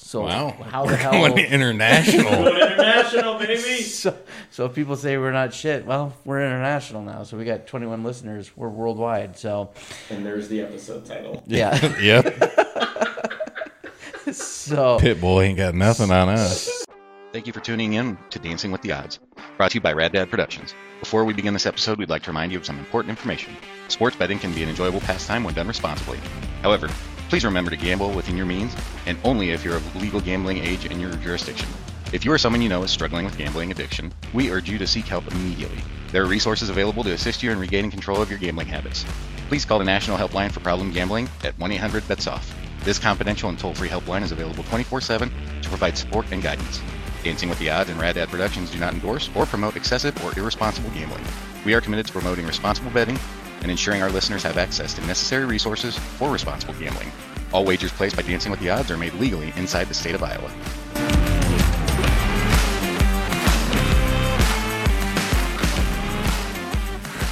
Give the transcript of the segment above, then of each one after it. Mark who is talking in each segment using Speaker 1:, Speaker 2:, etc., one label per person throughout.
Speaker 1: So
Speaker 2: Wow.
Speaker 1: how the
Speaker 2: We're
Speaker 1: hell?
Speaker 2: going international.
Speaker 3: International, baby.
Speaker 1: so, so if people say we're not shit, well, we're international now. So we got 21 listeners. We're worldwide. So
Speaker 3: And there's the episode title.
Speaker 1: yeah.
Speaker 2: yep.
Speaker 1: so
Speaker 2: Pitbull ain't got nothing on us.
Speaker 4: Thank you for tuning in to Dancing with the Odds, brought to you by Rad Dad Productions. Before we begin this episode, we'd like to remind you of some important information. Sports betting can be an enjoyable pastime when done responsibly. However, please remember to gamble within your means and only if you're of legal gambling age in your jurisdiction. If you or someone you know is struggling with gambling addiction, we urge you to seek help immediately. There are resources available to assist you in regaining control of your gambling habits. Please call the National Helpline for Problem Gambling at 1 800 BETS OFF. This confidential and toll free helpline is available 24 7 to provide support and guidance. Dancing with the Odds and Rad Dad Productions do not endorse or promote excessive or irresponsible gambling. We are committed to promoting responsible betting and ensuring our listeners have access to necessary resources for responsible gambling. All wagers placed by Dancing with the Odds are made legally inside the state of Iowa.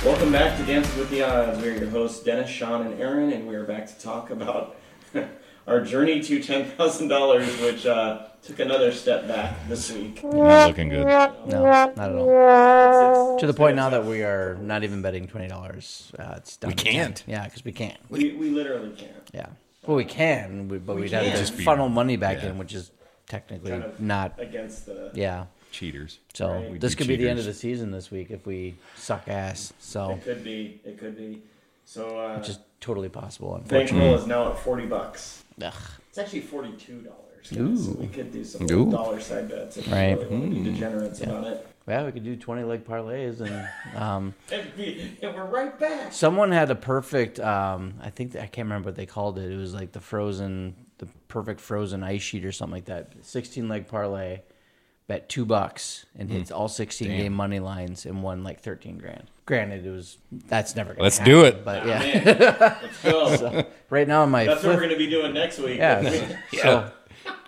Speaker 3: Welcome back to Dancing with the Odds. We're your hosts, Dennis, Sean, and Aaron, and we are back to talk about our journey to $10,000, which uh, took another step back this week. It's-
Speaker 2: Not looking good.
Speaker 1: no, not at all.
Speaker 3: it's-
Speaker 1: To the point now that we are not even betting twenty dollars. Uh, it's down
Speaker 2: We
Speaker 1: to 10.
Speaker 2: can't.
Speaker 1: Yeah, because we can't.
Speaker 3: we, we literally can't.
Speaker 1: Yeah. Well, we can, we- but we would have to
Speaker 2: Just be-
Speaker 1: funnel money back
Speaker 2: yeah.
Speaker 1: in, which is technically
Speaker 3: Kind of
Speaker 1: not.
Speaker 3: against the.
Speaker 1: Yeah.
Speaker 2: Cheaters.
Speaker 1: So
Speaker 2: We'd
Speaker 1: this
Speaker 2: be
Speaker 1: could be the end of the
Speaker 2: cheaters.
Speaker 1: season this week if we suck ass. So
Speaker 3: It could be. It could be. So uh,
Speaker 1: which is totally possible. Unfortunately.
Speaker 3: bankroll is now at forty bucks.
Speaker 1: Ugh.
Speaker 3: It's actually forty-two dollars. So we could do some
Speaker 2: Ooh.
Speaker 3: dollar side bets if
Speaker 1: Right. Mm.
Speaker 3: we really want to be degenerates about it.
Speaker 1: Yeah, we could do twenty leg parlays, and um,
Speaker 3: And, we, and we're right back.
Speaker 1: someone had a perfect. Um, I think I can't remember what they called it. It was like the frozen, the perfect frozen ice sheet or something like that. Sixteen leg parlay, bet two bucks and
Speaker 2: Hmm.
Speaker 1: hits all sixteen game money lines and won like thirteen grand. Granted, it was that's never. Gonna
Speaker 2: Let's
Speaker 1: happen,
Speaker 2: do it.
Speaker 1: But yeah,
Speaker 3: Man, let's go.
Speaker 1: right now on my
Speaker 3: That's what
Speaker 1: flip,
Speaker 3: we're gonna be doing next week.
Speaker 1: yeah, so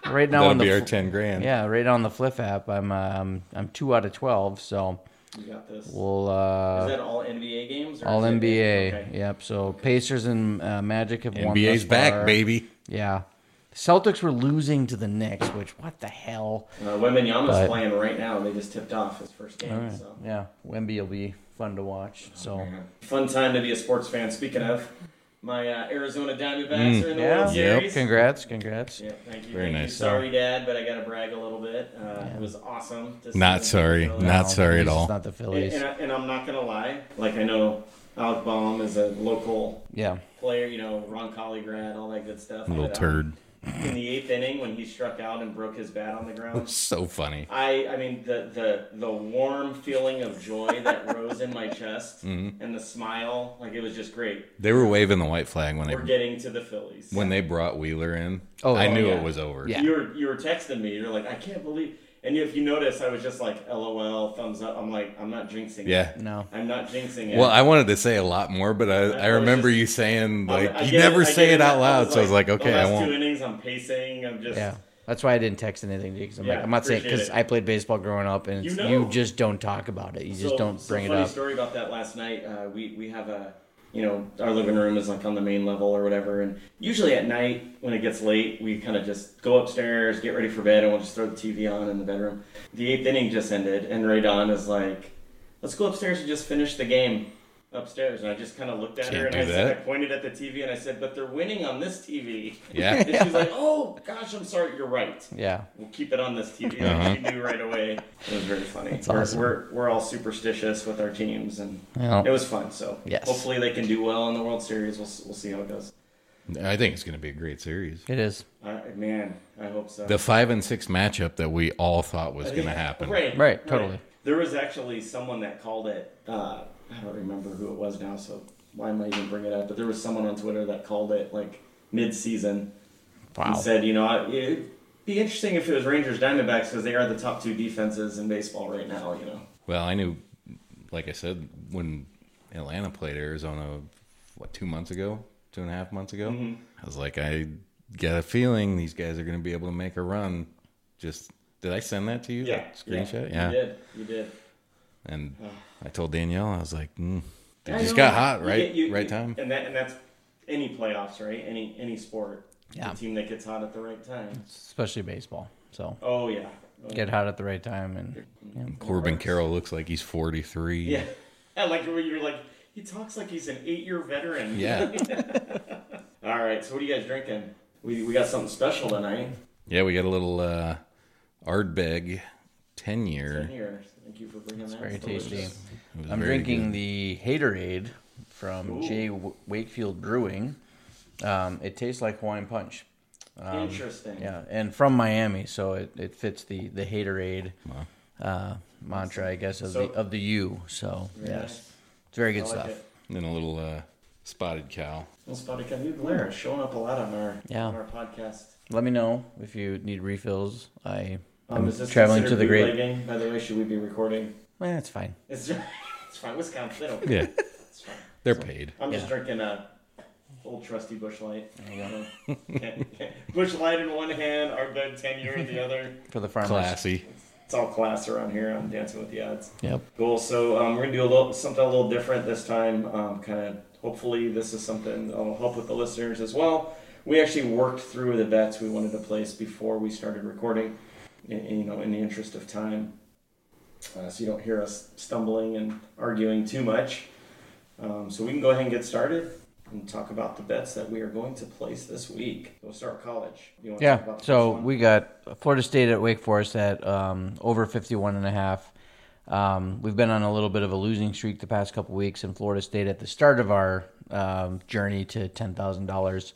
Speaker 1: right now
Speaker 2: That'll
Speaker 1: on
Speaker 2: be
Speaker 1: the
Speaker 2: our
Speaker 1: fl-
Speaker 2: ten grand.
Speaker 1: yeah, right now on the flip app, I'm um, I'm two out of twelve, so
Speaker 3: we got this.
Speaker 1: we'll. Uh,
Speaker 3: is that all NBA games? Or
Speaker 1: All
Speaker 3: is it-
Speaker 1: NBA.
Speaker 3: Okay.
Speaker 1: Yep. So Pacers and uh, Magic have won.
Speaker 2: NBA's
Speaker 1: thus
Speaker 2: back,
Speaker 1: far.
Speaker 2: baby.
Speaker 1: Yeah. Celtics were losing to the Knicks, which what the hell?
Speaker 3: Uh, Wembenyama's
Speaker 1: But-
Speaker 3: playing right now. They just tipped off his first game. So.
Speaker 1: Yeah, Wemby will be fun to watch. So
Speaker 3: Fun time to be a sports fan. Speaking of, my uh, Arizona
Speaker 2: Mm.
Speaker 3: Diamondbacks are in the
Speaker 1: yeah,
Speaker 3: World Series.
Speaker 1: Congrats, congrats.
Speaker 3: Yeah, thank you.
Speaker 2: Very
Speaker 3: thank
Speaker 2: nice.
Speaker 3: You. Sorry, Dad, but I got to brag a little bit. Uh, It was awesome. to see
Speaker 2: Not
Speaker 3: them
Speaker 2: sorry.
Speaker 3: go
Speaker 2: Not
Speaker 3: out.
Speaker 2: sorry at
Speaker 1: It's
Speaker 2: all.
Speaker 1: Not the
Speaker 3: And,
Speaker 1: Phillies.
Speaker 3: and, I, and I'm not gonna lie. Like I know Alec Baum is a local
Speaker 1: yeah.
Speaker 3: player. You know, Ron Colley grad, all that good stuff.
Speaker 2: Little
Speaker 3: But, uh,
Speaker 2: turd.
Speaker 3: In the eighth inning, when he struck out and broke his bat on the ground.
Speaker 2: So funny.
Speaker 3: I, I mean the, the the warm feeling of joy that rose in my chest
Speaker 2: Mm-hmm.
Speaker 3: and the smile like it was just great.
Speaker 2: They were waving the white flag when
Speaker 3: We're
Speaker 2: they
Speaker 3: getting to the Phillies.
Speaker 2: when they brought Wheeler in.
Speaker 1: Oh,
Speaker 2: I
Speaker 1: oh,
Speaker 2: knew
Speaker 3: yeah.
Speaker 2: it was over.
Speaker 1: Yeah.
Speaker 3: you were you were texting me. You're like, I can't believe. And if you notice, I was just like, LOL, thumbs up. I'm like, I'm not jinxing.
Speaker 2: Yeah.
Speaker 3: it.
Speaker 1: No.
Speaker 3: I'm not jinxing it.
Speaker 2: Well, I wanted to say a lot more, but I, I
Speaker 3: I was
Speaker 2: remember
Speaker 3: just-
Speaker 2: you saying
Speaker 3: I-
Speaker 2: like
Speaker 3: I
Speaker 2: you
Speaker 3: get
Speaker 2: never
Speaker 3: I "Oh,
Speaker 2: say
Speaker 3: get
Speaker 2: it out loud, so I was like,
Speaker 3: the
Speaker 2: okay, I
Speaker 3: last
Speaker 2: won't.
Speaker 3: Two innings, I'm pacing. I'm just.
Speaker 1: Yeah. That's why I didn't text anything to you because I'm
Speaker 3: Yeah,
Speaker 1: like I'm not saying
Speaker 3: appreciate
Speaker 1: because
Speaker 3: it.
Speaker 1: I played baseball growing up and it's,
Speaker 3: You know.
Speaker 1: you just don't talk about it. You just don't bring
Speaker 3: so
Speaker 1: it
Speaker 3: funny
Speaker 1: up.
Speaker 3: story about that last night. Uh, we we have a you know our living room is like on the main level or whatever, and usually at night when it gets late, we kind of just go upstairs, get ready for bed, and we'll just throw the TV on in the bedroom. The eighth inning just ended, and Ray Don is like, "Let's go upstairs and just finish the game." Upstairs, and I just kind of looked at her
Speaker 2: Can't
Speaker 3: and I
Speaker 2: do
Speaker 3: said, I
Speaker 2: that.
Speaker 3: pointed at the TV and I said, "But they're winning on this TV."
Speaker 2: Yeah.
Speaker 3: and she's like, "Oh gosh, I'm sorry, you're right."
Speaker 1: Yeah.
Speaker 3: We'll keep it on this TV.
Speaker 2: Uh-huh.
Speaker 3: She knew right away. It was very funny. we're,
Speaker 1: awesome.
Speaker 3: we're, we're all superstitious with our teams, and
Speaker 1: Yeah.
Speaker 3: it was fun. So
Speaker 1: Yes.
Speaker 3: hopefully they can do well in the World Series. We'll, s- we'll see how it goes.
Speaker 2: I think it's going to be a great series.
Speaker 1: It is.
Speaker 3: I, man, I hope so.
Speaker 2: The five and six matchup that we all thought was going to happen.
Speaker 3: Right,
Speaker 1: Right, totally.
Speaker 3: There was actually someone that called it. Uh, I don't remember who it was now, so why am I even bringing it up? But there was someone on Twitter that called it like mid-season
Speaker 1: Wow.
Speaker 3: and said, you know, I- it'd be interesting if it was Rangers Diamondbacks because they are the top two defenses in baseball right now. You know.
Speaker 2: Well, I knew, like I said, when Atlanta played Arizona, what two months ago, two and a half months ago,
Speaker 3: Mm-hmm.
Speaker 2: I was like, I got a feeling these guys are going to be able to make a run. Just did I send that to you?
Speaker 3: Yeah.
Speaker 2: that screenshot.
Speaker 3: You
Speaker 2: Yeah,
Speaker 3: did. You did.
Speaker 2: and I told Danielle, I was like, mm, they
Speaker 3: I
Speaker 2: just
Speaker 3: know.
Speaker 2: got hot,
Speaker 3: You
Speaker 2: right?
Speaker 3: get- you-
Speaker 2: right
Speaker 3: you-
Speaker 2: time.
Speaker 3: And that and that's any playoffs, right? Any any sport.
Speaker 1: Yeah.
Speaker 3: The team that gets hot at the right time.
Speaker 1: especially baseball. So
Speaker 3: Oh yeah. Oh,
Speaker 1: get hot at the right time, and yeah.
Speaker 2: Corbin Carroll looks like he's 43.
Speaker 3: Yeah. I like when you're like he talks like he's an eight-year veteran.
Speaker 2: Yeah.
Speaker 3: All right. So what are you guys drinking? We we got something special tonight.
Speaker 2: Yeah, we got a little uh, Ardbeg 10 year.
Speaker 3: Here. Thank you for bringing that.
Speaker 1: very
Speaker 3: It's delicious.
Speaker 1: tasty. I'm drinking the Haterade from J. W- Wakefield Brewing. Um, it tastes like Hawaiian Punch.
Speaker 3: Interesting.
Speaker 1: Yeah, and from Miami, so it, it fits the the Haterade uh, mantra, I guess, of
Speaker 3: So-
Speaker 1: the of the U. So
Speaker 3: Very
Speaker 1: yes, it's very good
Speaker 3: nice. I like
Speaker 1: stuff.
Speaker 3: it.
Speaker 2: Then a little uh, Spotted Cow.
Speaker 3: Well, Spotty Cavu Blair showing up a lot on our
Speaker 1: Yeah.
Speaker 3: on our podcast.
Speaker 1: Let me know if you need refills. I
Speaker 3: Um,
Speaker 1: am
Speaker 3: is this
Speaker 1: traveling to
Speaker 3: considered
Speaker 1: the great.
Speaker 3: bootlegging? By the way, should we be recording?
Speaker 1: Eh, it's fine.
Speaker 3: It's it's fine. Wisconsin. They don't care.
Speaker 2: Yeah,
Speaker 3: It's fine.
Speaker 2: they're paid.
Speaker 3: I'm just
Speaker 1: Yeah.
Speaker 3: drinking a old trusty Bush Light. Um, Bush Light in one hand, our bed tenure in the other.
Speaker 1: For the farmers.
Speaker 2: Classy.
Speaker 3: It's all class around here. I'm dancing with the odds.
Speaker 1: Yep.
Speaker 3: Cool. So um, we're gonna do a little something a little different this time. Um, kind of hopefully this is something that'll help with the listeners as well. We actually worked through the bets we wanted to place before we started recording. in- in, you know, in the interest of time, uh, so you don't hear us stumbling and arguing too much. Um, so we can go ahead and get started and talk about the bets that we are going to place this week. We'll start with college. You wanna talk
Speaker 1: Yeah.
Speaker 3: about the
Speaker 1: So
Speaker 3: first one?
Speaker 1: we got Florida State at Wake Forest at um, over 51 and a half. Um, we've been on a little bit of a losing streak the past couple weeks, and Florida State at the start of our um, journey to $10,000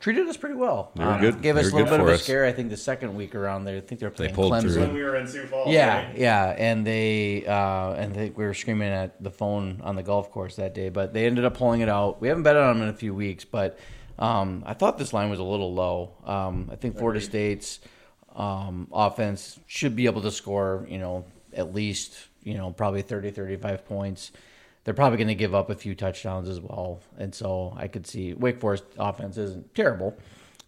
Speaker 1: treated us pretty well. Um,
Speaker 2: They were good.
Speaker 1: Gave us
Speaker 2: They
Speaker 1: a little
Speaker 2: were good
Speaker 1: bit of
Speaker 2: for
Speaker 1: a
Speaker 2: us.
Speaker 1: scare, I think, the second week around there. I think they were playing
Speaker 2: pulled
Speaker 1: Clemson.
Speaker 2: through.
Speaker 3: when we were in Sioux Falls.
Speaker 1: Yeah,
Speaker 3: right?
Speaker 1: yeah, and they uh, and they, we were screaming at the phone on the golf course that day, but they ended up pulling it out. We haven't bet on them in a few weeks, but um, I thought this line was a little low. Um, I think Florida State's um, offense should be able to score, you know, at least you know probably 30, 35 points. They're probably going to give up a few touchdowns as well, and so I could see Wake Forest offense isn't terrible.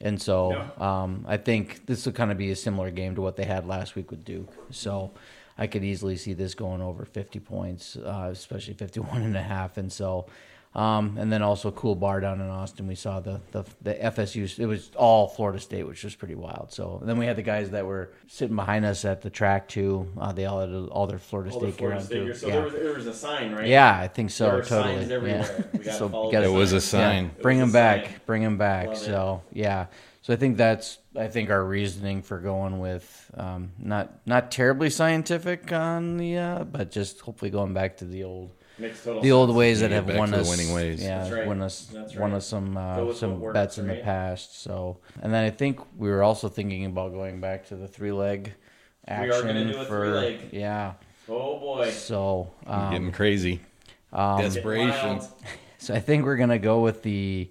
Speaker 1: And so um, I think this will kind of be a similar game to what they had last week with Duke. So I could easily see this going over 50 points, uh, especially 51 and a half. And so, um, and then also cool bar down in Austin. We saw the, the, the FSU, it was all Florida State, which was pretty wild. So and then we had the guys that were sitting behind us at the track too. Uh, they all had all their Florida
Speaker 3: All the
Speaker 1: State gear
Speaker 3: Florida
Speaker 1: on
Speaker 3: State.
Speaker 1: too.
Speaker 3: year. So
Speaker 1: yeah.
Speaker 3: there, was, there was a sign, right?
Speaker 1: yeah, I think so.
Speaker 3: There are
Speaker 1: totally.
Speaker 3: signs
Speaker 1: Yeah.
Speaker 3: everywhere. We gotta
Speaker 1: So
Speaker 3: follow
Speaker 1: gotta
Speaker 2: It was a
Speaker 1: yeah,
Speaker 2: sign.
Speaker 1: Bring
Speaker 3: It was
Speaker 1: him
Speaker 3: a sign.
Speaker 1: back. Bring him back.
Speaker 3: Love it.
Speaker 1: so yeah. So I think that's I think our reasoning for going with um, not not terribly scientific on the uh, but just hopefully going back to the old
Speaker 3: Makes total
Speaker 1: the old
Speaker 3: sense.
Speaker 1: ways that
Speaker 2: Yeah,
Speaker 1: have
Speaker 2: back
Speaker 1: won
Speaker 2: to the
Speaker 1: us
Speaker 2: winning ways.
Speaker 1: Yeah,
Speaker 3: That's right.
Speaker 1: won us
Speaker 3: That's
Speaker 1: won
Speaker 3: right.
Speaker 1: us some
Speaker 3: Go
Speaker 1: uh,
Speaker 3: with
Speaker 1: some
Speaker 3: what works,
Speaker 1: bets in the
Speaker 3: right?
Speaker 1: past. So and then I think we were also thinking about going back to the three leg
Speaker 3: are
Speaker 1: action
Speaker 3: gonna do a
Speaker 1: for
Speaker 3: three-leg.
Speaker 1: yeah.
Speaker 3: Oh boy.
Speaker 1: So um,
Speaker 2: Getting crazy. Desperation.
Speaker 3: Wild.
Speaker 1: So I think we're gonna go with the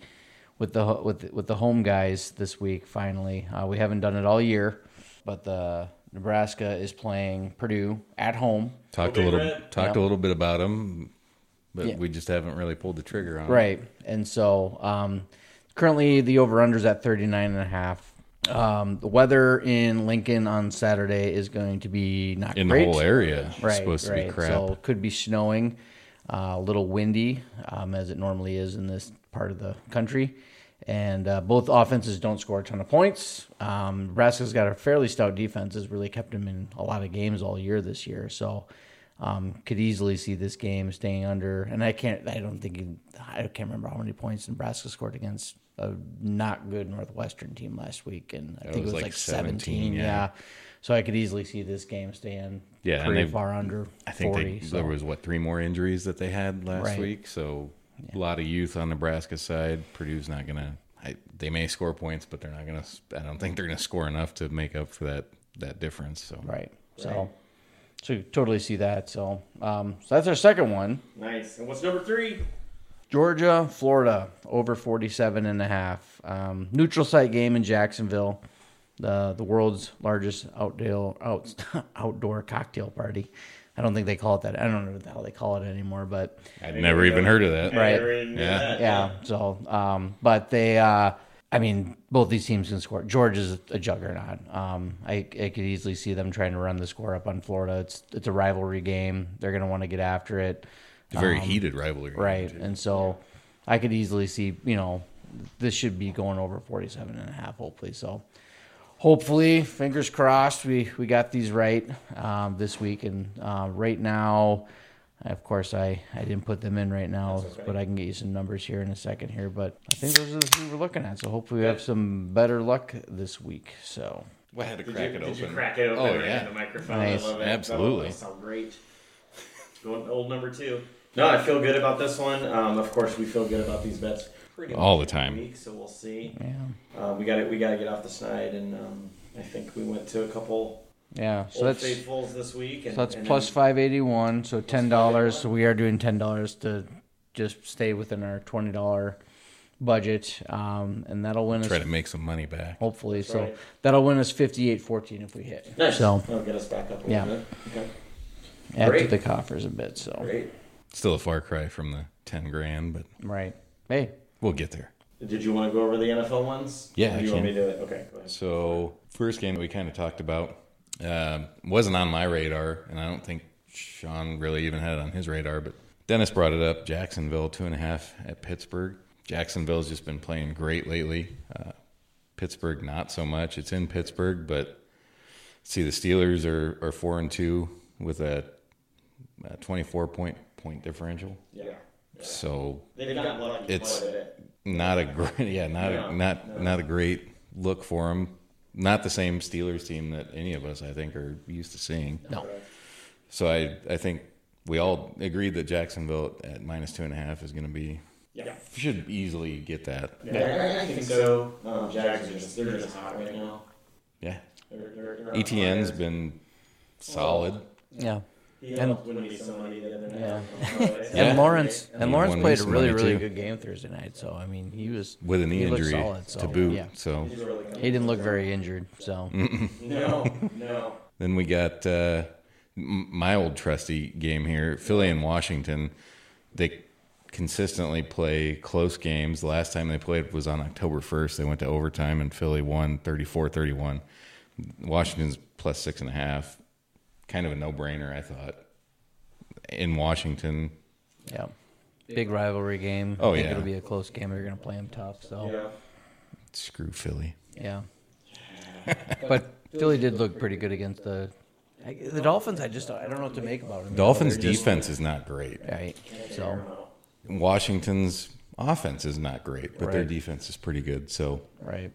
Speaker 1: with the with the, with the home guys this week. Finally, uh, we haven't done it all year, but the Nebraska is playing Purdue at home.
Speaker 2: Talked
Speaker 3: Big
Speaker 2: a little
Speaker 3: Red.
Speaker 2: talked
Speaker 1: Yeah.
Speaker 2: a little bit about him, but
Speaker 1: Yeah.
Speaker 2: we just haven't really pulled the trigger on 'em.
Speaker 1: Right. And so um, currently the over under is at 39 and a half. Um, the weather in Lincoln on Saturday is going to be not
Speaker 2: In
Speaker 1: great.
Speaker 2: the whole area. It's
Speaker 1: Right,
Speaker 2: supposed
Speaker 1: right.
Speaker 2: to be crap.
Speaker 1: So it could be snowing, uh, a little windy, um, as it normally is in this part of the country. And uh, both offenses don't score a ton of points. Um, Nebraska's got a fairly stout defense, has really kept them in a lot of games all year this year. So um, could easily see this game staying under. And I can't, I don't think, you- I can't remember how many points Nebraska scored against a not good Northwestern team last week. And I think it was like, 17.
Speaker 2: 17,
Speaker 1: yeah.
Speaker 2: yeah.
Speaker 1: So I could easily see this game staying
Speaker 2: Yeah, and
Speaker 1: pretty
Speaker 2: they've-
Speaker 1: far under
Speaker 2: I think
Speaker 1: 40.
Speaker 2: they,
Speaker 1: so.
Speaker 2: there was what three more injuries that they had last
Speaker 1: Right.
Speaker 2: week, so a lot of youth on Nebraska's side. Purdue's not gonna. I, they may score points, but they're not gonna. s- I don't think they're gonna score enough to make up for that that difference. So
Speaker 1: right. So, so you totally see that. So, um, so that's our second one.
Speaker 3: Nice. And what's number three?
Speaker 1: Georgia, Florida, over 47 and a half. Um, neutral site game in Jacksonville, the the world's largest outdoor out, outdoor cocktail party. I don't think they call it that. I don't know what the hell they call it anymore, but
Speaker 2: I'd never even heard of that.
Speaker 1: Right.
Speaker 3: Aaron,
Speaker 2: Yeah.
Speaker 3: uh,
Speaker 1: yeah. So, um, but they, uh, I mean, both these teams can score. Georgia's a juggernaut. Um, I, I could easily see them trying to run the score up on Florida. It's it's a rivalry game. They're going to want to get after it, Um,
Speaker 2: It's a very heated rivalry,
Speaker 1: right? And so, I could easily see you know this should be going over 47 and a half, hopefully. So hopefully, fingers crossed, we, we got these right um, this week. And uh, right now, of course, I, I didn't put them in right now, but I can get you some numbers here in a second here. But I think those are the three we're looking at. So hopefully, we have some better luck this week. So
Speaker 2: Well, I had to
Speaker 3: Did,
Speaker 2: crack
Speaker 3: you,
Speaker 2: it
Speaker 3: did
Speaker 2: open.
Speaker 3: you crack it open
Speaker 2: Oh,
Speaker 3: right
Speaker 2: yeah.
Speaker 3: in the microphone?
Speaker 1: Nice.
Speaker 3: I love it.
Speaker 2: Absolutely.
Speaker 3: That sound great. Going to old number two. No, I feel good about this one. Um, of course, we feel good about these bets pretty
Speaker 2: All
Speaker 3: much
Speaker 2: the
Speaker 3: every
Speaker 2: time.
Speaker 3: Week, so we'll see.
Speaker 1: yeah,
Speaker 3: Uh, we got to We got to get off the snide, and um, I think we went to a couple
Speaker 1: yeah. So
Speaker 3: old
Speaker 1: that's
Speaker 3: faithfuls this week. And,
Speaker 1: So that's
Speaker 3: and
Speaker 1: plus
Speaker 3: then-
Speaker 1: five eighty one. So ten dollars.
Speaker 3: 581.
Speaker 1: So we are doing ten dollars to just stay within our twenty dollar budget, um, and that'll win
Speaker 2: Try
Speaker 1: us
Speaker 2: to make some money back.
Speaker 1: hopefully. so
Speaker 3: right.
Speaker 1: that'll win us fifty eight fourteen if we hit.
Speaker 3: Nice.
Speaker 1: So
Speaker 3: That'll get us back up a
Speaker 1: Yeah.
Speaker 3: little bit. Okay.
Speaker 1: add to
Speaker 3: Great.
Speaker 1: the coffers a bit. So
Speaker 3: Great.
Speaker 2: Still a far cry from the ten grand, but
Speaker 1: right. Hey,
Speaker 2: we'll get there.
Speaker 3: Did you want to go over the NFL ones?
Speaker 2: Yeah,
Speaker 3: Or
Speaker 2: I
Speaker 3: do you
Speaker 2: can.
Speaker 3: want me to do it? Okay, go ahead.
Speaker 2: So first game that we kind of talked about um wasn't on my radar, and I don't think Sean really even had it on his radar. But Dennis brought it up: Jacksonville two and a half at Pittsburgh. Jacksonville's just been playing great lately. Uh, Pittsburgh not so much. It's in Pittsburgh, but see the Steelers are are four and two with a, a twenty four point point differential.
Speaker 3: yeah.
Speaker 2: So
Speaker 3: They've got lucky.
Speaker 2: It's-
Speaker 3: but it-
Speaker 2: not a great yeah not
Speaker 3: No,
Speaker 2: a, not not a great look for him not the same steelers team that any of us i think are used to seeing
Speaker 1: no,
Speaker 2: so i i think we all agreed that jacksonville at minus two and a half is going to be
Speaker 3: Yeah.
Speaker 2: should easily get that yeah,
Speaker 3: Yeah, I think so. Um, Jags are just, they're just hot right now. They're, they're,
Speaker 2: Uh,
Speaker 3: they're on
Speaker 2: etn's
Speaker 3: fire.
Speaker 2: E been solid
Speaker 1: yeah.
Speaker 3: He almost wouldn't be somebody the other night. Yeah.
Speaker 1: And Lawrence and
Speaker 2: Yeah,
Speaker 1: Lawrence
Speaker 2: won
Speaker 1: played
Speaker 2: me
Speaker 1: a
Speaker 2: some
Speaker 1: really
Speaker 2: money,
Speaker 1: really
Speaker 2: too.
Speaker 1: good game Thursday night. So I mean, he was
Speaker 2: with a knee
Speaker 1: he looked
Speaker 2: injury
Speaker 1: solid, so,
Speaker 2: to boot
Speaker 1: Yeah.
Speaker 2: so
Speaker 3: He's really good.
Speaker 1: He didn't look very injured. So
Speaker 2: Mm.
Speaker 3: No, no.
Speaker 2: Then we got uh, m- my old trusty game here, Philly and Washington. They consistently play close games. The last time they played was on October 1st. They went to overtime and Philly won 34 31. Washington's plus six and a half. Kind of a no brainer, I thought. In Washington,
Speaker 1: yeah. Big rivalry game.
Speaker 2: Oh,
Speaker 1: I think
Speaker 2: yeah.
Speaker 1: it'll be a close game. You're gonna play him tough. So
Speaker 3: Yeah.
Speaker 2: screw Philly.
Speaker 1: Yeah. but Philly did look pretty good against the I, the Dolphins. I just I don't know what to make about them.
Speaker 2: Dolphins' defense is not great.
Speaker 1: Right. So
Speaker 2: Washington's offense is not great, but their
Speaker 1: Right.
Speaker 2: defense is pretty good. So
Speaker 1: right,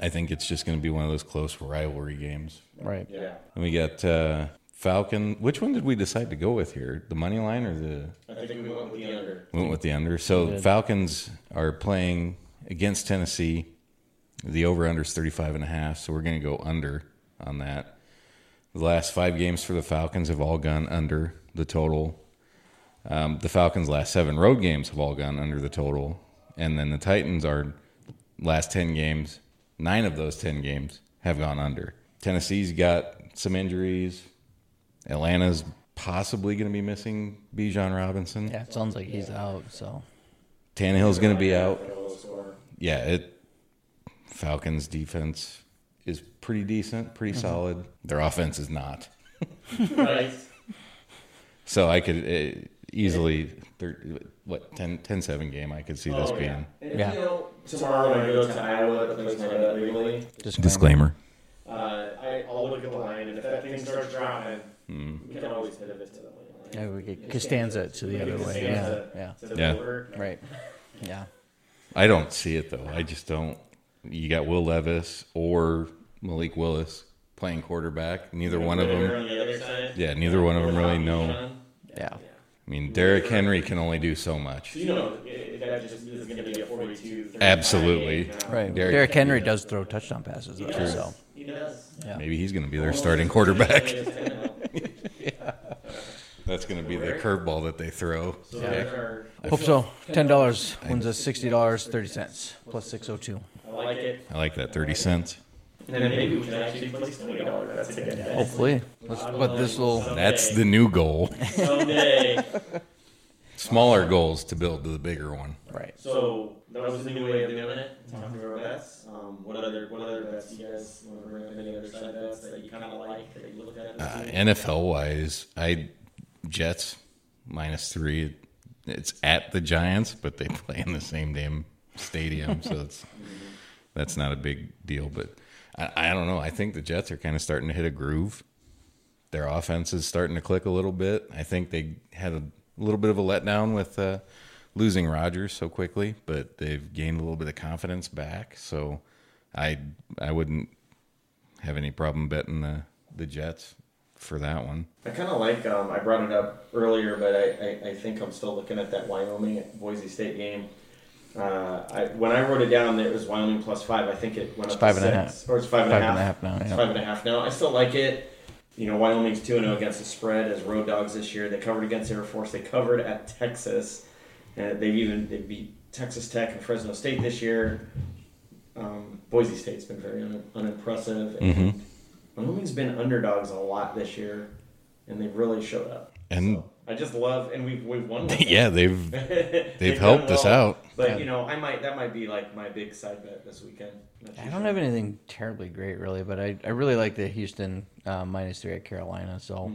Speaker 2: I think it's just going to be one of those close rivalry games.
Speaker 1: right.
Speaker 3: Yeah.
Speaker 2: And we got uh, Falcon. Which one did we decide to go with here? The money line or the
Speaker 3: I think we went with the under.
Speaker 2: went with the under? So Falcons are playing against Tennessee. The over under is 35 and a half, so we're going to go under on that. The last five games for the Falcons have all gone under the total. Um, the Falcons' last seven road games have all gone under the total. And then the Titans are last 10 games, nine of those 10 games have gone under. Tennessee's got some injuries. Atlanta's possibly going to be missing Bijan Robinson.
Speaker 1: Yeah, it sounds like he's out. So
Speaker 2: Tannehill's going to be out
Speaker 3: I know those were-
Speaker 2: yeah, it Falcons defense is pretty decent, pretty
Speaker 3: Mm-hmm.
Speaker 2: solid. Their offense is not.
Speaker 3: Nice.
Speaker 2: So I could uh, easily thir- what 10 10-7 game I could see this
Speaker 3: Oh,
Speaker 2: being.
Speaker 3: yeah. And,
Speaker 1: Yeah.
Speaker 3: You know, tomorrow when I go to Iowa to play Canada legally,
Speaker 1: disclaimer.
Speaker 3: uh, I, I'll look at the line, and if that thing starts dropping,
Speaker 2: Hmm.
Speaker 3: we can always hit it to the line.
Speaker 1: Yeah, we get Costanza to the other way. Yeah,
Speaker 3: Costanza
Speaker 1: yeah.
Speaker 3: to the
Speaker 2: Yeah.
Speaker 3: over.
Speaker 1: Right. Yeah.
Speaker 2: I don't see it though. I just don't. You got Will Levis or Malik Willis playing quarterback. Neither one of
Speaker 3: Over
Speaker 2: them.
Speaker 3: on the other side.
Speaker 2: Yeah, neither one of them really know.
Speaker 1: Yeah.
Speaker 2: I mean, Derrick Henry can only do so much.
Speaker 3: You know, it- it- that just is going to be a 42 35
Speaker 2: Absolutely.
Speaker 3: game now.
Speaker 1: Right.
Speaker 2: Derrick-
Speaker 1: Derrick, Henry does throw touchdown passes though. So
Speaker 3: He does.
Speaker 1: yeah.
Speaker 2: Maybe he's going to be their starting quarterback.
Speaker 3: so
Speaker 2: That's going to be the curveball that they throw.
Speaker 3: there are,
Speaker 1: Hope so. Ten dollars wins us sixty dollars thirty cents plus six oh two.
Speaker 3: I like it.
Speaker 2: I like that 30 cents.
Speaker 3: And then maybe we can actually place $20 bets again. guys.
Speaker 1: Hopefully. Let's but this will
Speaker 2: That's the new goal.
Speaker 3: Someday.
Speaker 2: Smaller goals to build to the bigger one.
Speaker 1: right.
Speaker 3: So that was the new way of doing it. Talking about bets. Um, what other what other bets you guys want to bring up? Any other side bets that you kind of like that you looked at?
Speaker 2: Uh,
Speaker 3: This week?
Speaker 2: NFL wise, I Jets minus three. It's at the Giants, but they play in the same damn stadium, so it's that's not a big deal. But I, I don't know. I think the Jets are kind of starting to hit a groove. Their offense is starting to click a little bit. I think they had a little bit of a letdown with uh, losing Rodgers so quickly, but they've gained a little bit of confidence back. So I I wouldn't have any problem betting the the Jets for that one.
Speaker 3: I kind of like. Um, I brought it up earlier, but I, I, I think I'm still looking at that Wyoming at Boise State game. Uh, I, when I wrote it down, it was Wyoming plus five. I think it went
Speaker 1: It's
Speaker 3: up
Speaker 1: five
Speaker 3: to
Speaker 1: and a
Speaker 3: six,
Speaker 1: half.
Speaker 3: or it's five and a
Speaker 1: Five
Speaker 3: half
Speaker 1: and a half now,
Speaker 3: It's
Speaker 1: yeah.
Speaker 3: five and a half now. I still like it. You know, Wyoming's two and zero against the spread as road dogs this year. They covered against Air Force. They covered at Texas. Uh, they've even they beat Texas Tech and Fresno State this year. Um, Boise State's been very un- unimpressive. And
Speaker 2: Mm-hmm.
Speaker 3: Wyoming's been underdogs a lot this year, and they've really showed up.
Speaker 2: And-
Speaker 3: So, I just love, and we've we've won. with
Speaker 2: Yeah, they've
Speaker 3: they've,
Speaker 2: helped
Speaker 3: done
Speaker 2: us out.
Speaker 3: But
Speaker 1: Yeah.
Speaker 3: you know, I might that might be like my big side bet this weekend. That's
Speaker 1: I
Speaker 3: usually-
Speaker 1: don't have anything terribly great, really, but I, I really like the Houston uh, minus three at Carolina. So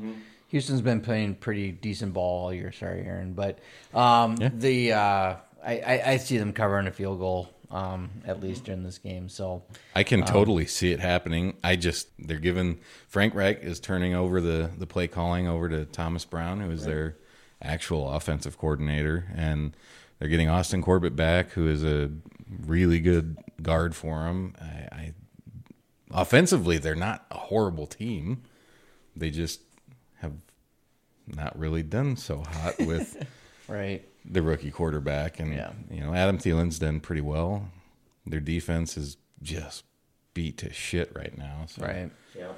Speaker 1: Houston's been playing pretty decent ball all year. Sorry, Aaron, but um, the uh, I, I I see them covering a field goal um, at least during this game. So
Speaker 2: I can totally see it happening. I just they're giving Frank Reich is turning over the the play calling over to Thomas Brown, who is their actual offensive coordinator, and they're getting Austin Corbett back, who is a really good guard for him. I, I offensively, they're not a horrible team. They just have not really done so hot with
Speaker 1: right,
Speaker 2: the rookie quarterback, and
Speaker 1: Yeah.
Speaker 2: you know Adam Thielen's done pretty well. Their defense is just beat to shit right now. So
Speaker 1: right.
Speaker 3: Yeah.
Speaker 2: it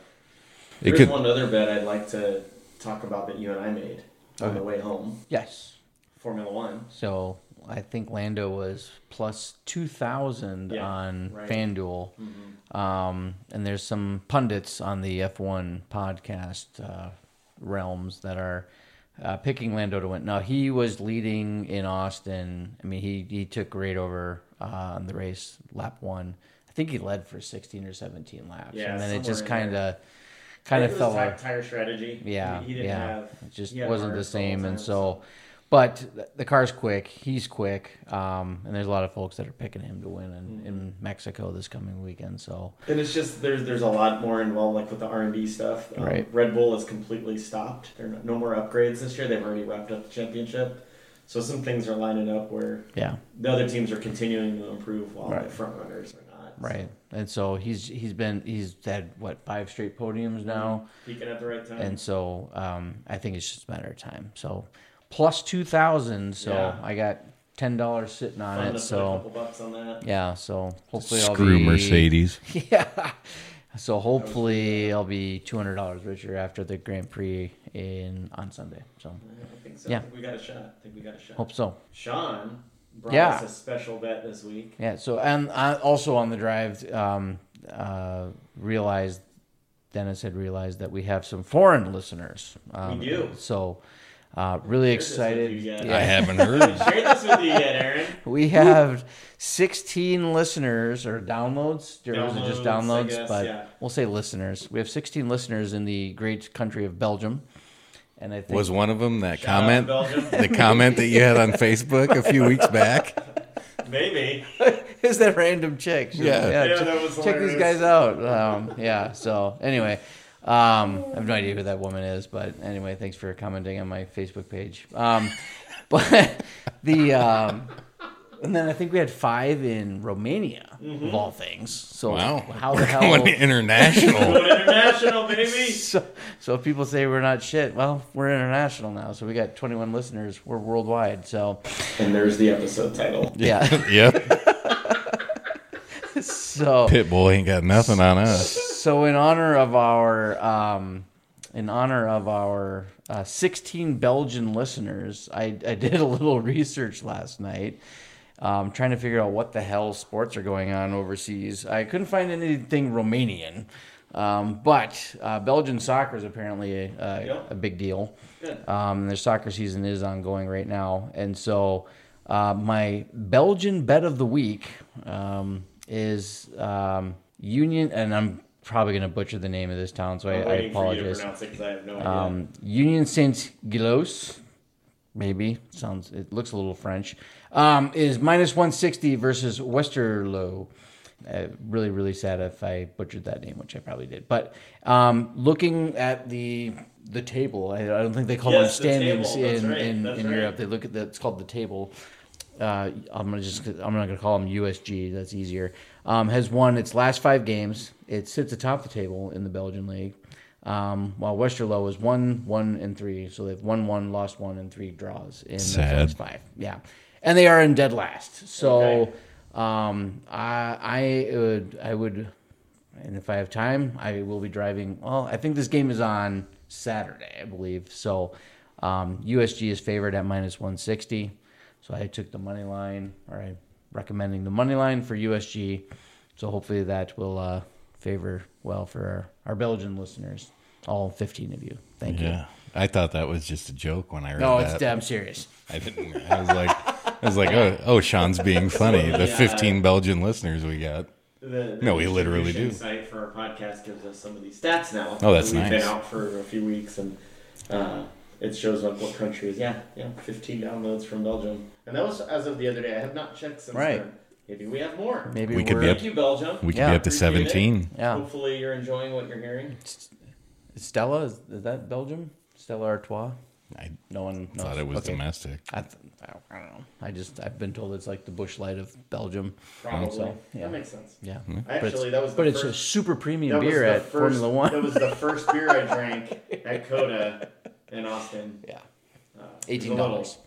Speaker 3: There's
Speaker 2: could
Speaker 3: one other bet I'd like to talk about that you and I made on the way home,
Speaker 1: Yes.
Speaker 3: Formula One.
Speaker 1: So I think Lando was plus two thousand
Speaker 3: Yeah,
Speaker 1: on
Speaker 3: right. Mm-hmm.
Speaker 1: FanDuel, um, and there's some pundits on the F1 podcast uh, realms that are uh, picking Lando to win. Now he was leading in Austin. I mean, he he took right over uh, on the race lap one. I think he led for sixteen or seventeen laps,
Speaker 3: Yeah,
Speaker 1: and then it
Speaker 3: somewhere
Speaker 1: just
Speaker 3: in there.
Speaker 1: kind of kind
Speaker 3: It
Speaker 1: of
Speaker 3: was
Speaker 1: fell
Speaker 3: ti-
Speaker 1: off.
Speaker 3: tire strategy.
Speaker 1: Yeah,
Speaker 3: He, he didn't
Speaker 1: yeah.
Speaker 3: have.
Speaker 1: it just
Speaker 3: he had
Speaker 1: wasn't the
Speaker 3: Marks all
Speaker 1: same, and
Speaker 3: time,
Speaker 1: so, but th- the car's quick. He's quick, um, and there's a lot of folks that are picking him to win in,
Speaker 3: Mm-hmm.
Speaker 1: in Mexico this coming weekend. So
Speaker 3: And it's just there's there's a lot more involved, like with the R and D stuff. Um,
Speaker 1: Right.
Speaker 3: Red Bull is completely stopped. There are no more upgrades this year. They've already wrapped up the championship. So some things are lining up where
Speaker 1: yeah,
Speaker 3: the other teams are continuing to improve while the
Speaker 1: Right.
Speaker 3: front runners are not. So
Speaker 1: right. And so he's he's been he's had what five straight podiums now,
Speaker 3: peaking at the Mm-hmm. right time.
Speaker 1: and so um, I think it's just a matter of time. So plus two thousand. So
Speaker 3: Yeah.
Speaker 1: I got ten dollars sitting on
Speaker 3: Fun
Speaker 1: it.
Speaker 3: to put a
Speaker 1: uh, So
Speaker 3: couple bucks on that.
Speaker 1: yeah, so hopefully I'll
Speaker 2: screw
Speaker 1: be-
Speaker 2: Mercedes.
Speaker 1: Yeah. So hopefully I'll be two hundred dollars richer after the Grand Prix in on Sunday. So
Speaker 3: I think so.
Speaker 1: Yeah.
Speaker 3: I think we got a shot. I think we got a shot.
Speaker 1: hope so.
Speaker 3: Sean brought
Speaker 1: Yeah.
Speaker 3: us a special bet this week.
Speaker 1: Yeah. So and uh, also on the drive, um, uh, realized Dennis had realized that we have some foreign listeners. Um,
Speaker 3: We do.
Speaker 1: So uh, really
Speaker 3: Share this with
Speaker 1: excited.
Speaker 3: you guys.
Speaker 2: I haven't heard.
Speaker 3: Share this with you yet, Aaron.
Speaker 1: We have 16 listeners or downloads. Or was it just
Speaker 3: Downloads, I
Speaker 1: downloads?
Speaker 3: guess,
Speaker 1: but
Speaker 3: yeah.
Speaker 1: we'll say listeners. We have 16 listeners in the great country of Belgium. And I think
Speaker 2: Was one of them that
Speaker 3: out to
Speaker 2: comment
Speaker 3: Belgium.
Speaker 2: the comment that you had on Facebook a few weeks back?
Speaker 3: Maybe.
Speaker 1: is that random chick. She's
Speaker 2: Yeah.
Speaker 1: like,
Speaker 3: Yeah,
Speaker 1: check,
Speaker 3: that was
Speaker 1: check these
Speaker 3: hilarious.
Speaker 1: guys out. Um, yeah. So anyway, um, I have no idea who that woman is, but anyway, thanks for commenting on my Facebook page. Um, but the um, and then I think we had five in Romania
Speaker 3: Mm-hmm.
Speaker 1: of all things. So
Speaker 2: Wow,
Speaker 1: how the
Speaker 2: we're
Speaker 1: hell?
Speaker 2: going international?
Speaker 3: Going international, baby.
Speaker 1: so, so if people say we're not shit, well, we're international now. So we got 21 listeners. We're worldwide. So
Speaker 3: And there's the episode title.
Speaker 1: yeah.
Speaker 2: yep,
Speaker 1: So
Speaker 2: Pit Bull ain't got nothing on us.
Speaker 1: so in honor of our um, in honor of our uh, 16 Belgian listeners, I, I did a little research last night, um, trying to figure out what the hell sports are going on overseas. I couldn't find anything Romanian, um, but uh, Belgian soccer is apparently a, a,
Speaker 3: Yep.
Speaker 1: a big deal.
Speaker 3: Good.
Speaker 1: Um, their soccer season is ongoing right now, and so uh, my Belgian bet of the week um, is um, Union, and I'm probably going to butcher the name of this town, so I, Um,
Speaker 3: I'm
Speaker 1: I
Speaker 3: waiting for you to
Speaker 1: apologize.
Speaker 3: pronounce it because I have no idea.
Speaker 1: Um, Union Saint Gilloise maybe sounds it looks a little French, um, is minus one sixty versus Westerlo. Uh, really, really sad if I butchered that name, which I probably did. But um, looking at the the table, I, I don't think they call
Speaker 3: Yes, the
Speaker 1: them standings
Speaker 3: table. That's
Speaker 1: in
Speaker 3: right.
Speaker 1: in,
Speaker 3: That's
Speaker 1: in
Speaker 3: right.
Speaker 1: Europe. They look at that. It's called the table. Uh, I'm gonna just I'm not gonna call them USG. That's easier. Um, has won its last five games. It sits atop the table in the Belgian league. Um, while Westerlo is one one and three, so they've won one, lost one, and three draws in
Speaker 2: Sad.
Speaker 1: the first five. Yeah, and they are in dead last. So
Speaker 3: Okay.
Speaker 1: um, I I would I would, and if I have time, I will be driving. Well, I think this game is on Saturday, I believe. So um, USG is favored at minus one sixty. So I took the money line, or I recommending the money line for USG. So hopefully that will uh, favor well for our, our Belgian listeners, all fifteen of you. Thank you.
Speaker 2: Yeah. I thought that was just a joke when I read
Speaker 1: No,
Speaker 2: that.
Speaker 1: it's damn serious.
Speaker 2: I didn't. I was like, I was like, oh, oh Sean's being funny. The 15 Belgian listeners we got.
Speaker 3: The, the
Speaker 2: No, we literally
Speaker 3: distribution
Speaker 2: do.
Speaker 3: Site for our podcast gives us some of these stats now.
Speaker 2: Oh, that's
Speaker 3: We've
Speaker 2: nice.
Speaker 3: been out for a few weeks, and uh, it shows like what countries. Yeah, yeah, 15 downloads from Belgium, and that was as of the other day. I have not checked since
Speaker 1: Right.
Speaker 3: then. Maybe we have more.
Speaker 1: Maybe we
Speaker 2: We could
Speaker 1: could
Speaker 2: be
Speaker 1: we're,
Speaker 2: up-
Speaker 3: Thank you, Belgium.
Speaker 2: We could
Speaker 1: Yeah.
Speaker 2: be up to
Speaker 3: Appreciate it.
Speaker 2: 17.
Speaker 1: yeah.
Speaker 3: Hopefully, you're enjoying what you're hearing.
Speaker 1: Stella is, is that Belgium? Stella Artois.
Speaker 2: I
Speaker 1: No one knows.
Speaker 2: thought it was
Speaker 1: Okay.
Speaker 2: domestic.
Speaker 1: I, th- I don't- I don't know. I just I've been told it's like the bush light of Belgium.
Speaker 3: Probably.
Speaker 1: so, yeah.
Speaker 3: That makes sense.
Speaker 1: Yeah,
Speaker 2: Hmm.
Speaker 3: Actually,
Speaker 1: it's-
Speaker 3: that was.
Speaker 1: but
Speaker 3: the
Speaker 1: it's a
Speaker 3: first-
Speaker 1: super
Speaker 3: That
Speaker 1: premium
Speaker 3: was
Speaker 1: beer
Speaker 3: the
Speaker 1: at
Speaker 3: first-
Speaker 1: Formula One.
Speaker 3: That was the first beer I drank at Coda in Austin.
Speaker 1: yeah,
Speaker 3: Uh, it was a
Speaker 1: eighteen
Speaker 3: little-
Speaker 1: dollars.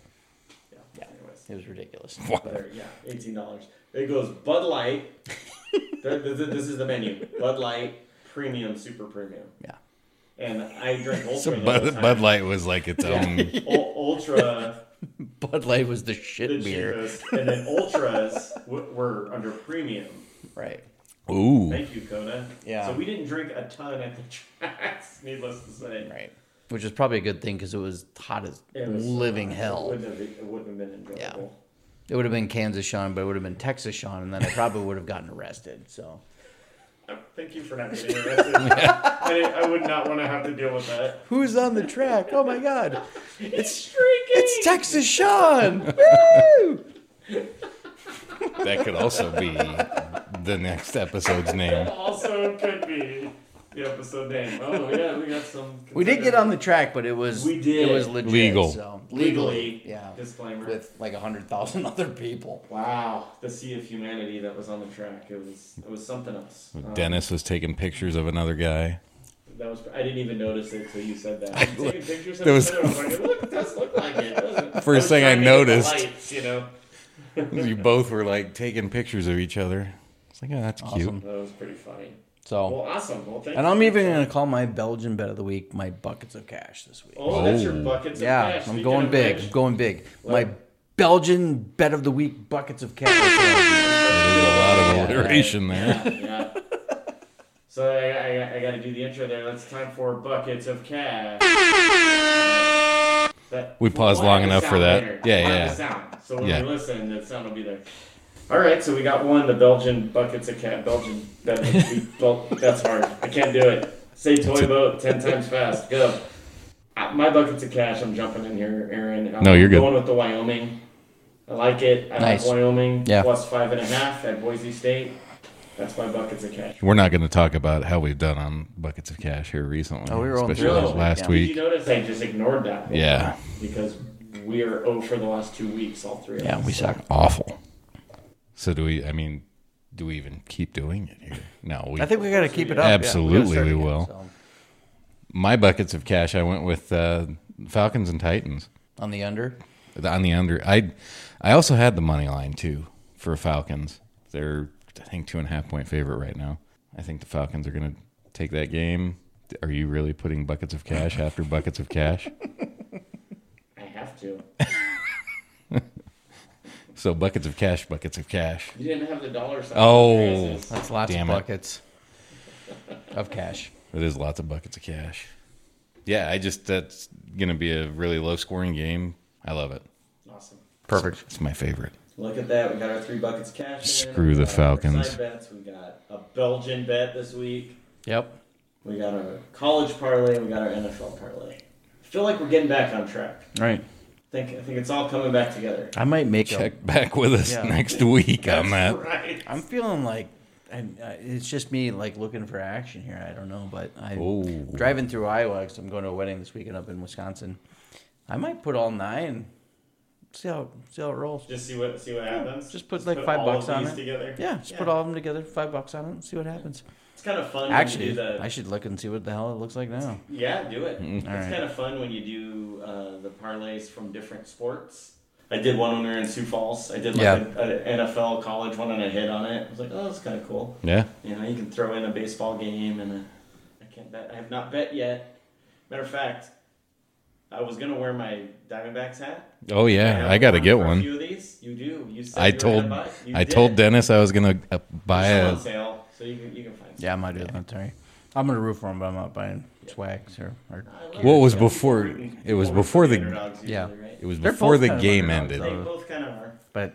Speaker 3: Yeah.
Speaker 1: Yeah.
Speaker 3: Anyways,
Speaker 1: It was ridiculous.
Speaker 3: But there- yeah, eighteen dollars. It goes Bud Light. Th- th- th- this is the menu: Bud Light, premium, super premium.
Speaker 1: Yeah.
Speaker 3: And I drink ultra.
Speaker 2: So
Speaker 3: the whole
Speaker 2: Bud,
Speaker 3: time.
Speaker 2: Bud Light was like its own.
Speaker 3: U- ultra,
Speaker 1: Bud Light was the
Speaker 3: the
Speaker 1: shit beer,
Speaker 3: cheapest, and then ultras w- were under premium.
Speaker 1: right?
Speaker 2: Ooh.
Speaker 3: Thank you, Coda.
Speaker 1: Yeah.
Speaker 3: So we didn't drink a ton at the tracks, needless to say.
Speaker 1: Right. Which is probably a good thing because it was hot as
Speaker 3: It was-
Speaker 1: living
Speaker 3: It
Speaker 1: hell.
Speaker 3: wouldn't have, it wouldn't have been enjoyable.
Speaker 1: It would have been Kansas Sean, but it would have been Texas Sean, and then I probably would have gotten arrested. So
Speaker 3: Uh, Thank you for not getting arrested. I, I would not want to have to deal with that.
Speaker 1: who's on the track? Oh my God,
Speaker 3: It's shrieking.
Speaker 1: it's Texas Sean! Woo!
Speaker 2: That could also be the next episode's name.
Speaker 3: also could be the episode name. Oh yeah, we got some.
Speaker 1: We did get on the track, but it was
Speaker 3: We did.
Speaker 1: it was legit,
Speaker 2: Legal.
Speaker 1: so,
Speaker 3: legally.
Speaker 1: yeah,
Speaker 3: Disclaimer.
Speaker 1: with like hundred thousand other people.
Speaker 3: wow, the sea of humanity that was on the track. It was it was something else. Um,
Speaker 2: Dennis was taking pictures of another guy.
Speaker 3: That was. I didn't even notice it until you said that. I, am taking pictures of
Speaker 2: there
Speaker 3: it.
Speaker 2: was-
Speaker 3: I was like, look, it does look like it. doesn't it?
Speaker 2: First
Speaker 3: was
Speaker 2: thing I
Speaker 3: trying to get the
Speaker 2: noticed.
Speaker 3: lights, you know.
Speaker 2: You both were like taking pictures of each other. It's like, oh, that's cute.
Speaker 3: That was pretty funny.
Speaker 1: So
Speaker 3: Well, awesome. Well, thank
Speaker 1: And
Speaker 3: you.
Speaker 1: I'm even going to call my Belgian bet of the week my buckets of cash this week.
Speaker 3: Oh, that's your
Speaker 2: Oh.
Speaker 3: buckets. of
Speaker 1: yeah,
Speaker 3: cash.
Speaker 1: I'm
Speaker 3: Speaking
Speaker 1: going
Speaker 3: of
Speaker 1: big.
Speaker 3: which,
Speaker 1: I'm going big. My Belgian bet of the week buckets of cash.
Speaker 2: There's a lot of alliteration there.
Speaker 3: yeah. So I, I, I got to do the intro there. That's time for buckets of cash. That-
Speaker 2: We paused
Speaker 3: We'll
Speaker 2: long
Speaker 3: have the
Speaker 2: enough for
Speaker 3: sound
Speaker 2: that.
Speaker 3: later.
Speaker 2: Yeah,
Speaker 3: We'll have
Speaker 2: yeah.
Speaker 3: the Sound. So when
Speaker 2: Yeah.
Speaker 3: we listen, the sound will be there. All right, so we got one. The Belgian buckets of cat. Belgian. That, we- well, that's hard. I can't do it. Say toy boat ten times fast. Go. Uh, My buckets of cash. I'm jumping in here, Aaron. I'm
Speaker 2: No, you're good.
Speaker 3: Going with the Wyoming. I like it. I
Speaker 1: Nice.
Speaker 3: like Wyoming.
Speaker 1: Yeah.
Speaker 3: Plus five and a half at Boise State. That's my buckets of cash.
Speaker 2: We're not going to talk about how we've done on buckets of cash here recently,
Speaker 1: Oh, we were on
Speaker 2: especially
Speaker 1: through it.
Speaker 2: last
Speaker 1: Yeah.
Speaker 3: Did you
Speaker 2: week.
Speaker 3: notice I just ignored that? one?
Speaker 2: Yeah.
Speaker 3: Because we are 0 for the last two weeks, all three of
Speaker 1: yeah,
Speaker 3: us.
Speaker 1: we suck.
Speaker 2: Awful. So do we? I mean, do we even keep doing it here? No, we.
Speaker 1: I think we got to keep it up. Oh,
Speaker 2: Absolutely,
Speaker 1: Yeah, gotta start
Speaker 2: we
Speaker 1: again,
Speaker 2: will.
Speaker 1: so.
Speaker 2: my buckets of cash. I went with uh, Falcons and Titans
Speaker 1: On the under.
Speaker 2: on the under. I I also had the money line too for Falcons. They're I think two and a half point favorite right now. I think the Falcons are going to take that game. Are you really putting buckets of cash after buckets of cash?
Speaker 3: I have to.
Speaker 2: So buckets of cash, buckets of cash.
Speaker 3: You didn't have the dollar sign.
Speaker 2: Oh.
Speaker 1: That's lots
Speaker 2: Damn it.
Speaker 1: of buckets of cash.
Speaker 2: It is lots of buckets of cash. Yeah, I just that's going to be a really low scoring game. I love it.
Speaker 3: Awesome.
Speaker 1: Perfect.
Speaker 2: It's my favorite.
Speaker 3: Look at that. We got our three buckets of cash. in.
Speaker 2: Screw
Speaker 3: We
Speaker 2: the
Speaker 3: got our
Speaker 2: Falcons.
Speaker 3: Side bets. We got a Belgian bet this week.
Speaker 1: Yep.
Speaker 3: We got our college parlay. We got our NFL parlay. I feel like we're getting back on track.
Speaker 1: All right.
Speaker 3: think I think it's all coming back together.
Speaker 1: I might make a
Speaker 2: Check back with us
Speaker 1: Yeah.
Speaker 2: next week on that.
Speaker 3: Right.
Speaker 1: I'm feeling like I'm, uh, it's just me like looking for action here. I don't know, but I
Speaker 2: Oh.
Speaker 1: driving through Iowa because I'm going to a wedding this weekend up in Wisconsin. I might put all nine. See how see how it rolls.
Speaker 3: Just see what see what happens.
Speaker 1: Just put like five
Speaker 3: all
Speaker 1: bucks
Speaker 3: of
Speaker 1: on
Speaker 3: these
Speaker 1: it.
Speaker 3: Together.
Speaker 1: Yeah, just put all of them together, five bucks on it, and see what happens.
Speaker 3: It's kind of fun.
Speaker 1: Actually,
Speaker 3: when you do the,
Speaker 1: I should look and see what the hell it looks like now.
Speaker 3: yeah, do it. It's
Speaker 1: All right.
Speaker 3: kind of fun when you do uh, the parlays from different sports. I did one when we were in Sioux Falls. I did like
Speaker 2: Yeah.
Speaker 3: an NFL college one and I hit on it. I was like, oh, that's kind of cool.
Speaker 2: Yeah.
Speaker 3: You know, you can throw in a baseball game and a, I can't bet. I have not bet yet. Matter of fact, I was gonna wear my Diamondbacks hat.
Speaker 2: Oh yeah,
Speaker 3: have
Speaker 2: I got to get
Speaker 3: for A
Speaker 2: one.
Speaker 3: few of these, you do. You said
Speaker 2: I
Speaker 3: you were
Speaker 2: told
Speaker 3: gonna buy it. You
Speaker 2: I
Speaker 3: did.
Speaker 2: told Dennis I was gonna uh, buy
Speaker 3: They're still
Speaker 2: a
Speaker 3: on sale, so you can you can find. some.
Speaker 1: Yeah, I might do that. Sorry, I'm gonna root for them, but I'm not buying swags or. or
Speaker 3: I love
Speaker 2: What
Speaker 3: it.
Speaker 2: was
Speaker 3: Yeah.
Speaker 2: before-
Speaker 3: People rooting-
Speaker 2: it was
Speaker 3: people
Speaker 2: before
Speaker 3: rooting
Speaker 2: the-
Speaker 3: for underdogs usually,
Speaker 1: Yeah.
Speaker 3: right?
Speaker 2: It was
Speaker 1: They're
Speaker 2: before
Speaker 1: both
Speaker 2: the
Speaker 1: kind of
Speaker 2: game
Speaker 1: underdogs,
Speaker 2: ended.
Speaker 3: They
Speaker 1: Uh,
Speaker 3: both kind of are.
Speaker 1: but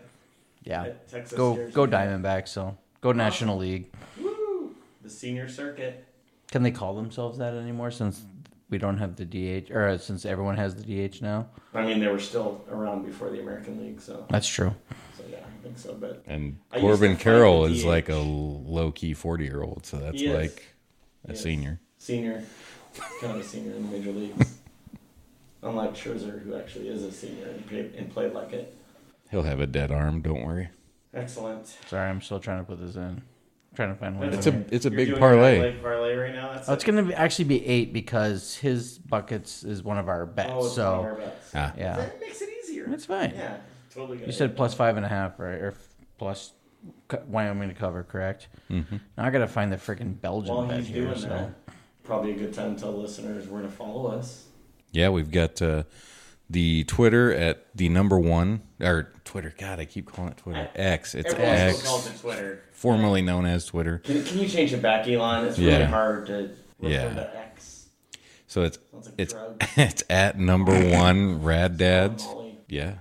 Speaker 1: yeah,
Speaker 3: At Texas
Speaker 1: go
Speaker 3: Year's
Speaker 1: go
Speaker 3: Event.
Speaker 1: Diamondback. So go National League.
Speaker 3: Woo! The senior circuit.
Speaker 1: Can they call themselves that anymore since we don't have the DH or uh, since everyone has the DH now?
Speaker 3: I mean, they were still around before the American League, so
Speaker 1: That's true.
Speaker 3: so yeah, I think so. But
Speaker 2: And
Speaker 3: I used to
Speaker 2: Corbin
Speaker 3: fight
Speaker 2: Carroll
Speaker 3: with
Speaker 2: is
Speaker 3: DH.
Speaker 2: like a low key forty year old, so that's
Speaker 3: He is.
Speaker 2: like a
Speaker 3: He is.
Speaker 2: senior.
Speaker 3: senior, kind of a senior in the major leagues. Unlike Scherzer, who actually is a senior and played, and played like it.
Speaker 2: He'll have a dead arm. Don't worry.
Speaker 3: Excellent.
Speaker 1: Sorry, I'm still trying to put this in. trying to find one.
Speaker 2: It's a-
Speaker 3: okay.
Speaker 2: it's a
Speaker 3: You're
Speaker 2: big
Speaker 3: doing a
Speaker 2: parlay.
Speaker 3: Like parlay right now. That's
Speaker 1: Oh, it's gonna be, actually be eight because his buckets is one of our bets.
Speaker 3: Oh, it's
Speaker 1: so
Speaker 3: one of our bets.
Speaker 2: Ah.
Speaker 1: yeah,
Speaker 3: That makes it easier.
Speaker 1: it's fine.
Speaker 3: yeah, totally. Good
Speaker 1: You said plus five and a half, right? Or f- plus co- Wyoming to cover, correct? Mm-hmm. Now I gotta find the freaking Belgian
Speaker 3: while
Speaker 1: bet
Speaker 3: he's
Speaker 1: here.
Speaker 3: doing
Speaker 1: So
Speaker 3: that, probably a good time to tell listeners where to follow us.
Speaker 2: Yeah, we've got uh, the Twitter at the number one or Twitter. God, I keep calling it Twitter. X. It's
Speaker 3: Everyone
Speaker 2: X,
Speaker 3: still calls it Twitter.
Speaker 2: formerly known as Twitter.
Speaker 3: Can, can you change it back, Elon? It's really
Speaker 2: Yeah.
Speaker 3: hard to refer
Speaker 2: Yeah.
Speaker 3: to X.
Speaker 2: So it's
Speaker 3: Sounds like
Speaker 2: it's
Speaker 3: drugs.
Speaker 2: it's at number one Rad Dads.
Speaker 3: Molly.
Speaker 2: Yeah,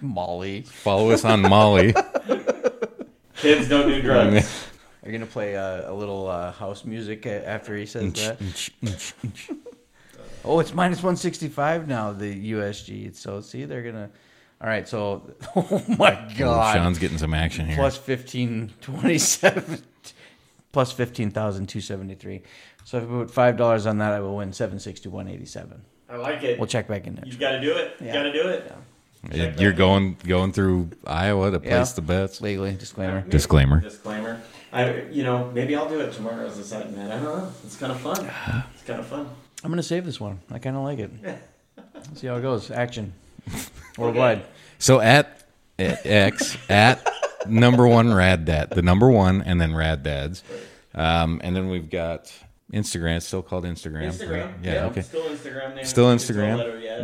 Speaker 1: Molly,
Speaker 2: follow us on Molly.
Speaker 3: Kids don't do drugs.
Speaker 1: are you gonna play uh, a little uh, house music a- after he says that? Oh, it's minus 165 now, the USG. So, see, they're going to. All right. So, oh my
Speaker 2: Oh,
Speaker 1: God.
Speaker 2: Sean's getting some action here.
Speaker 1: plus 1527. Plus 15,273. So, if I put $5 on that, I will win 76187.
Speaker 3: I like it.
Speaker 1: We'll check back in
Speaker 3: You've
Speaker 1: next
Speaker 3: got to do it. You
Speaker 1: Yeah.
Speaker 3: got to do it.
Speaker 2: It- you're going going through Iowa to place
Speaker 1: Yeah.
Speaker 2: the bets.
Speaker 1: Legally, disclaimer.
Speaker 3: Maybe-
Speaker 2: Disclaimer.
Speaker 3: Disclaimer. I, you know, maybe I'll do it tomorrow as a side man. I don't know. It's kind of fun. It's kind of fun.
Speaker 1: I'm going to save this one. I kind of like it. Let's see how it goes. Action. Worldwide.
Speaker 2: So at, at X at number one Rad Dad, the number one, and then Rad Dads, um, and then we've got Instagram. It's still called Instagram. right?
Speaker 3: Instagram.
Speaker 2: Yeah. Okay.
Speaker 3: Still Instagram. They haven't
Speaker 2: Still
Speaker 3: fixed the
Speaker 2: Instagram.
Speaker 3: letter yet or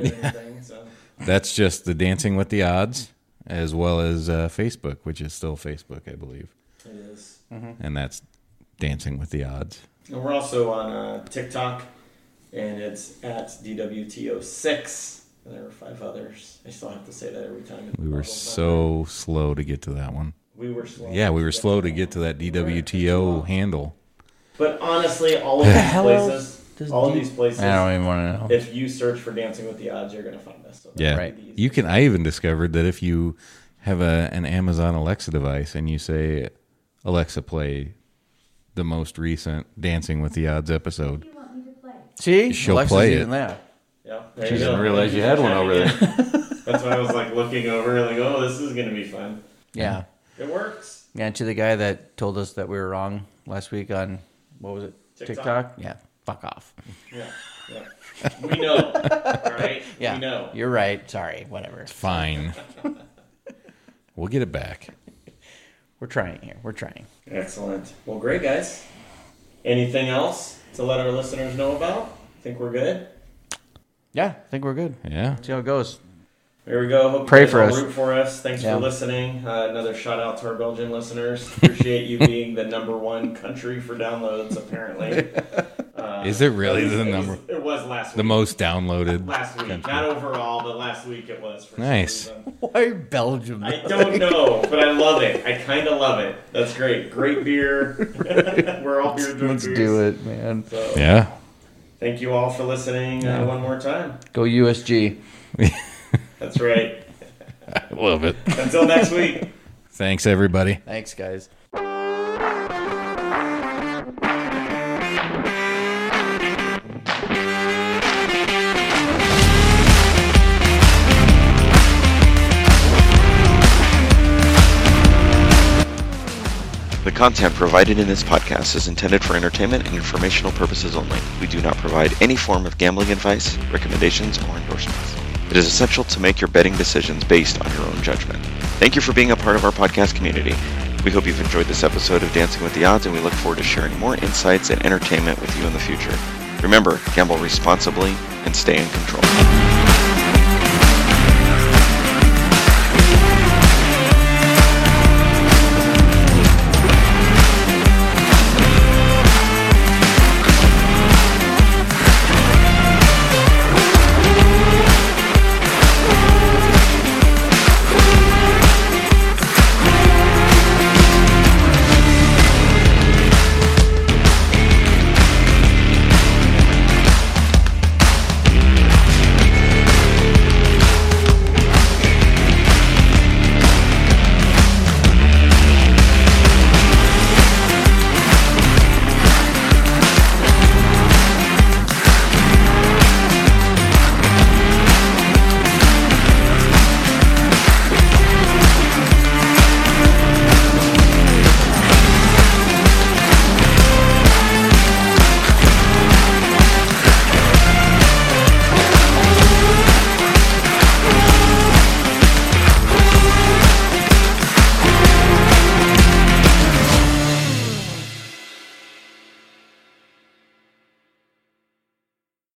Speaker 3: anything, so.
Speaker 2: That's just the Dancing with the Odds, as well as uh, Facebook, which is still Facebook, I believe,
Speaker 3: It is.
Speaker 2: and that's Dancing with the Odds.
Speaker 3: And we're also on uh, TikTok, and it's at DWTO6. And there were five others. I still have to say that every time.
Speaker 2: We were so slow to get to that one.
Speaker 3: We were slow.
Speaker 2: Yeah, we were slow to get to that DWTO handle.
Speaker 3: But honestly, all of these
Speaker 1: hell
Speaker 3: places,
Speaker 1: does
Speaker 3: all of
Speaker 1: D-
Speaker 3: these places,
Speaker 1: I don't even want to know.
Speaker 3: if you search for Dancing with the Odds, you're gonna find us. So that's
Speaker 2: Yeah.
Speaker 1: Right.
Speaker 3: easy.
Speaker 2: You can. I even discovered that if you have a an Amazon Alexa device and you say, "Alexa, play the most recent Dancing with the Odds episode,"
Speaker 5: you want me to play?
Speaker 1: See?
Speaker 2: She'll
Speaker 1: Alexa's
Speaker 2: play
Speaker 1: even
Speaker 2: it.
Speaker 1: there.
Speaker 3: Yeah, there
Speaker 2: She
Speaker 3: you
Speaker 2: didn't
Speaker 3: go.
Speaker 2: realize you had one over there.
Speaker 3: That's why I was like looking over, like, oh, this is gonna be fun.
Speaker 1: Yeah.
Speaker 3: It works.
Speaker 1: Yeah, and to the guy that told us that we were wrong last week on what was it?
Speaker 3: TikTok.
Speaker 1: TikTok. Yeah, fuck off.
Speaker 3: Yeah, yeah. We know. All right.
Speaker 1: Yeah,
Speaker 3: We know.
Speaker 1: you're right. Sorry, whatever.
Speaker 2: fine. we'll get it back.
Speaker 1: We're trying here. We're trying.
Speaker 3: Excellent. Well, great, guys. Anything else to let our listeners know about? Think we're good.
Speaker 1: Yeah, I think we're good.
Speaker 2: Yeah.
Speaker 1: See how it goes.
Speaker 3: There we go. Hope
Speaker 1: Pray
Speaker 3: you guys
Speaker 1: for
Speaker 3: all
Speaker 1: us.
Speaker 3: Root for us. Thanks
Speaker 1: Yeah.
Speaker 3: for listening. Uh, another shout out to our Belgian listeners. Appreciate you being the number one country for downloads. Apparently, uh,
Speaker 2: Is it really
Speaker 3: at least
Speaker 2: the
Speaker 3: it was-
Speaker 2: number-
Speaker 3: It was last
Speaker 2: The
Speaker 3: week.
Speaker 2: most downloaded.
Speaker 3: last week, not overall, but last week it was. For some
Speaker 2: Nice.
Speaker 3: reason.
Speaker 1: Why Belgium?
Speaker 3: I don't know, but I love it. I kind of love it. That's great. Great beer. We're all beer drinkers.
Speaker 1: Let's do it, man.
Speaker 3: So,
Speaker 2: Yeah.
Speaker 3: Thank you all for listening uh, one more time.
Speaker 1: Go USG.
Speaker 3: That's right.
Speaker 2: I love it.
Speaker 3: Until next week.
Speaker 2: Thanks, everybody.
Speaker 1: Thanks, guys.
Speaker 5: The content provided in this podcast is intended for entertainment and informational purposes only. We do not provide any form of gambling advice, recommendations, or endorsements. It is essential to make your betting decisions based on your own judgment. Thank you for being a part of our podcast community. We hope you've enjoyed this episode of Dancing with the Odds, and we look forward to sharing more insights and entertainment with you in the future. Remember, gamble responsibly and stay in control.